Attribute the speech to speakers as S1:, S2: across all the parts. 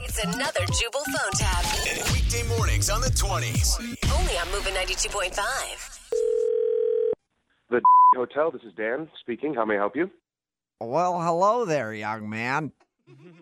S1: It's another Jubal phone tab.
S2: Weekday mornings on the 20s.
S1: Only on Moving 92.5.
S3: The Hotel. This is Dan speaking. How may I help you?
S4: Well, hello there, young man.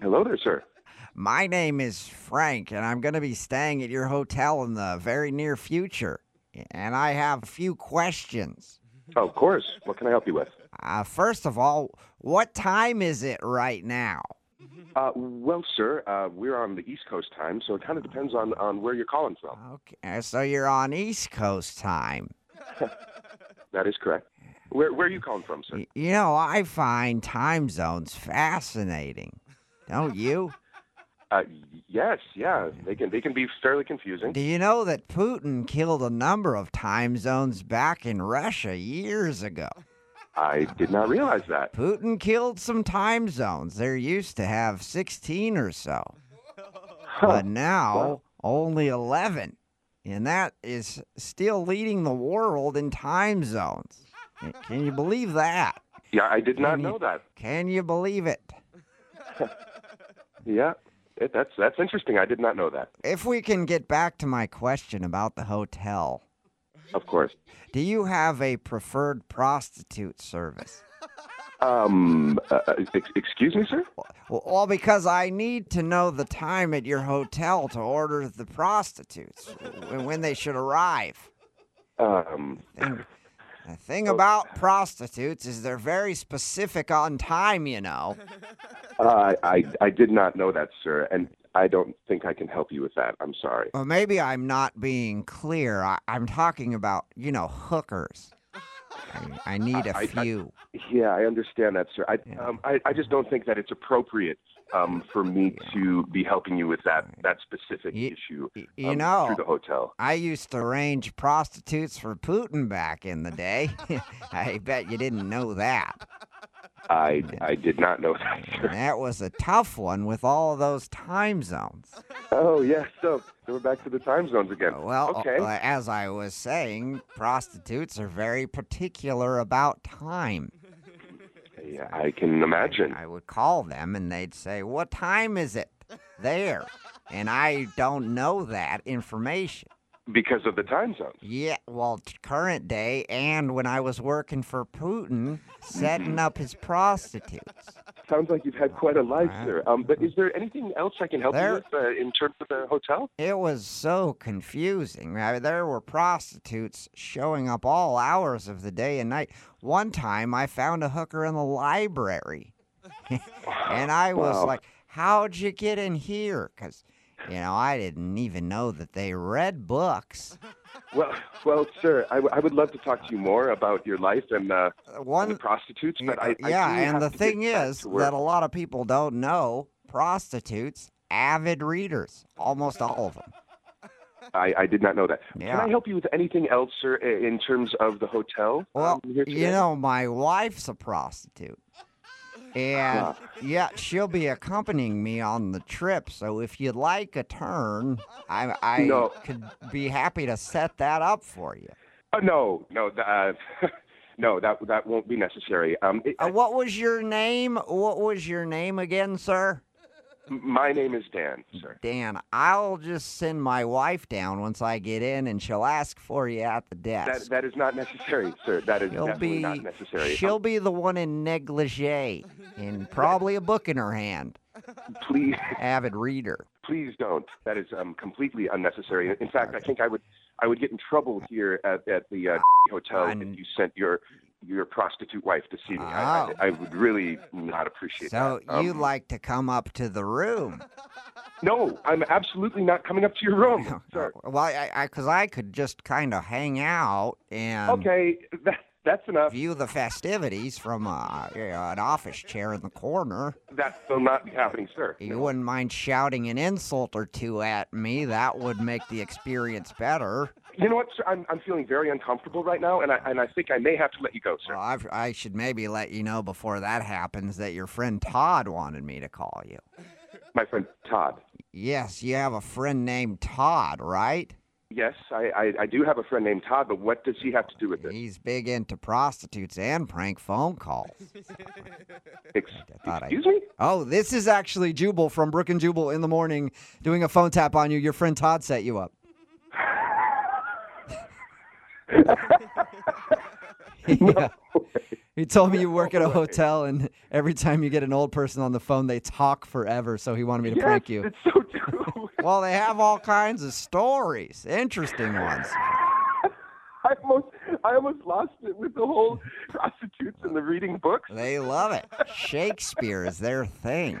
S3: Hello there, sir.
S4: My name is Frank, and I'm going to be staying at your hotel in the very near future. And I have a few questions.
S3: Oh, of course. What can I help you with?
S4: Uh, first of all, what time is it right now?
S3: Uh, well, sir, uh, we're on the East Coast time, so it kind of depends on, on where you're calling from.
S4: Okay, so you're on East Coast time.
S3: That is correct. Where, where are you calling from, sir?
S4: Y- You know, I find time zones fascinating. Don't you?
S3: Uh, y- yes, yeah. They can they can be fairly confusing.
S4: Do you know that Putin killed a number of time zones back in Russia years ago?
S3: I did not realize that.
S4: Putin killed some time zones. They're used to have 16 or so,
S3: Huh.
S4: but now
S3: Wow.
S4: only 11. And that is still leading the world in time zones. C- Can you believe that?
S3: Yeah, I did not
S4: Can you-
S3: know that.
S4: Can you believe it?
S3: Yeah, it, that's that's interesting. I did not know that.
S4: If we can get back to my question about the hotel,
S3: Of course.
S4: do you have a preferred prostitute service?
S3: Um, uh, uh, ex- excuse me, sir.
S4: Well, all because I need to know the time at your hotel to order the prostitutes and when they should arrive.
S3: Um,
S4: thing, the
S3: Oh.
S4: thing about prostitutes is they're very specific on time, you know.
S3: Uh, I, I did not know that, sir, and I don't think I can help you with that. I'm sorry.
S4: Well, maybe I'm not being clear. I, I'm talking about, you know, hookers. I, I need a
S3: I- I-
S4: few.
S3: Yeah, I understand that, sir. I,
S4: Yeah.
S3: um, I, I just don't think that it's appropriate um, for me to be helping you with that, that specific
S4: Ye-
S3: issue
S4: Y- you
S3: um,
S4: know,
S3: through the hotel.
S4: I used to arrange prostitutes for Putin back in the day. I bet you didn't know that.
S3: I, I did not know that,
S4: And
S3: sir.
S4: that was a tough one with all of those time zones.
S3: Oh, yeah, so so we're back to the time zones again.
S4: Well, uh,
S3: okay.
S4: uh, as I was saying, prostitutes are very particular about time.
S3: yeah, I can imagine.
S4: I would call them and they'd say, What time is it there? And I don't know that information.
S3: Because of the time zone.
S4: Yeah, well, t- current day and when I was working for Putin, setting up his prostitutes.
S3: Sounds like you've had quite a life,
S4: Wow.
S3: sir. Um, but is there anything else I can help you
S4: There-
S3: with uh, in terms of the hotel?
S4: It was so confusing. I mean, there were prostitutes showing up all hours of the day and night. One time I found a hooker in the library. and I was
S3: Wow.
S4: like, How'd you get in here? Because, you know, I didn't even know that they read books.
S3: Well, well, sir, I, w- I would love to talk to you more about your life and, uh,
S4: Uh,
S3: and the
S4: One,
S3: prostitutes, but I, I
S4: yeah,
S3: do
S4: and
S3: have
S4: the
S3: to
S4: thing
S3: get back
S4: is
S3: to work.
S4: that a lot of people don't know prostitutes, avid readers, almost all of them.
S3: I, I did not know that.
S4: Yeah.
S3: Can I help you with anything else, sir, i- in terms of the hotel?
S4: Well,
S3: um, here
S4: you
S3: today?
S4: know, my wife's a prostitute. And yeah, she'll be accompanying me on the trip. So if you'd like a turn, I, I
S3: No.
S4: could be happy to set that up for you.
S3: Oh, no, no, th- uh, no, that that won't be necessary. Um, it,
S4: Uh, what was your name? What was your name again, sir?
S3: my name is Dan, sir.
S4: Dan, I'll just send my wife down once I get in and she'll ask for you at the
S3: That
S4: desk.
S3: that is not necessary, sir. That is
S4: She'll
S3: definitely
S4: be,
S3: not necessary. Um,
S4: she'll be the one in negligee and probably a book in her hand,
S3: please,
S4: avid reader.
S3: please don't. That is um, completely unnecessary. In fact, I think I would I would get in trouble here at, at the uh, hotel
S4: I'm- Oh.
S3: if you sent your your prostitute wife to see me. I, I, I would really not appreciate
S4: So
S3: that. Um,
S4: you like to come up to the room?
S3: No, I'm absolutely not coming up to your room, sir.
S4: Well, I, I, because I could just kind of hang out and
S3: Okay, uh, that, that's enough.
S4: view the festivities from uh, you know, an office chair in the corner.
S3: That will not be happening, sir.
S4: You wouldn't mind shouting an insult or two at me. That would make the experience better.
S3: You know what, sir? I'm, I'm feeling very uncomfortable right now, and I, and I think I may have to let you go, sir.
S4: Well, I've, I should maybe let you know before that happens that your friend Todd wanted me to call you.
S3: My friend Todd.
S4: Yes, you have a friend named Todd, right?
S3: yes, I, I, I do have a friend named Todd, but what does he have to do with it?
S4: He's big into prostitutes and prank phone calls.
S3: Ex-
S4: I thought I-
S3: excuse me?
S4: Oh, this is actually Jubal from Brook and Jubal in the morning doing a phone tap on you. Your friend Todd set you up. yeah. He told me you work at a hotel, and every time you get an old person on the phone, they talk forever. So he wanted me to
S3: yes,
S4: prank you.
S3: it's so true.
S4: Well, they have all kinds of stories, interesting ones.
S3: I almost, I almost lost it with the whole prostitutes and the reading books.
S4: They love it. Shakespeare is their thing.